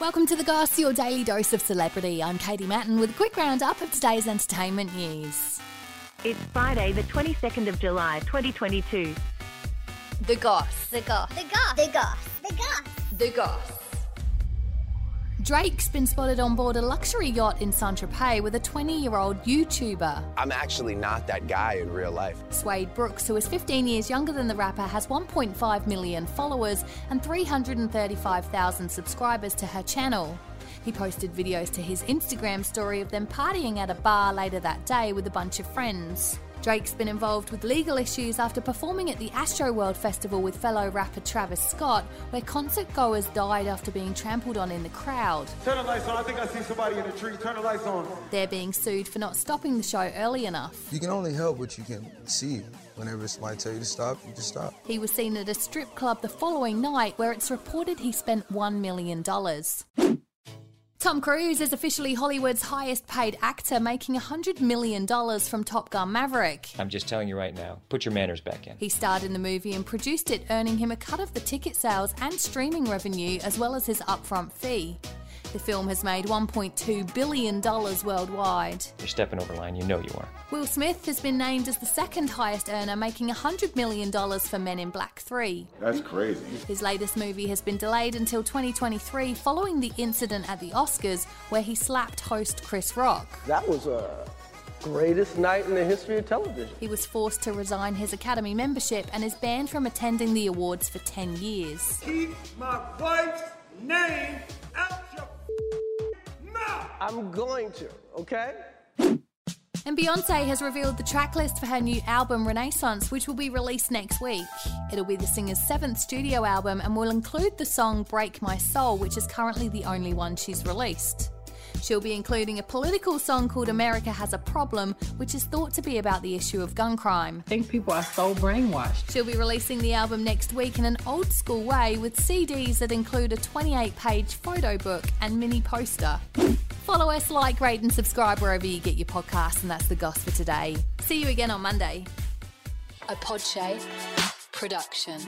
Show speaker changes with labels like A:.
A: Welcome to The Goss, your daily dose of celebrity. I'm Katie Matten with a quick roundup of today's entertainment news.
B: It's Friday, the 22nd of July, 2022.
A: The Goss. The Goss.
C: The goth. The goth. The goth.
A: The Goss. Drake's been spotted on board a luxury yacht in Saint Tropez with a 20 year old YouTuber.
D: I'm actually not that guy in real life.
A: Swade Brooks, who is 15 years younger than the rapper, has 1.5 million followers and 335,000 subscribers to her channel. He posted videos to his Instagram story of them partying at a bar later that day with a bunch of friends. Drake's been involved with legal issues after performing at the Astro World Festival with fellow rapper Travis Scott, where concert goers died after being trampled on in the crowd.
E: Turn the lights on. I think I see somebody in a tree. Turn the lights on.
A: They're being sued for not stopping the show early enough.
F: You can only help what you can see. Whenever somebody tell you to stop, you just stop.
A: He was seen at a strip club the following night where it's reported he spent $1 million. Tom Cruise is officially Hollywood's highest paid actor, making $100 million from Top Gun Maverick.
G: I'm just telling you right now, put your manners back in.
A: He starred in the movie and produced it, earning him a cut of the ticket sales and streaming revenue, as well as his upfront fee. The film has made $1.2 billion worldwide.
G: You're stepping over line, you know you are.
A: Will Smith has been named as the second highest earner, making $100 million for Men in Black 3.
H: That's crazy.
A: His latest movie has been delayed until 2023 following the incident at the Oscars where he slapped host Chris Rock.
I: That was a greatest night in the history of television.
A: He was forced to resign his Academy membership and is banned from attending the awards for 10 years.
E: Keep my wife's name out your mouth.
I: I'm going to, okay?
A: And Beyonce has revealed the track list for her new album Renaissance, which will be released next week. It'll be the singer's seventh studio album and will include the song Break My Soul, which is currently the only one she's released. She'll be including a political song called America Has a Problem, which is thought to be about the issue of gun crime.
J: I think people are so brainwashed.
A: She'll be releasing the album next week in an old school way with CDs that include a 28 page photo book and mini poster. Follow us, like, rate, and subscribe wherever you get your podcasts, and that's the goss for today. See you again on Monday. A Podshape production.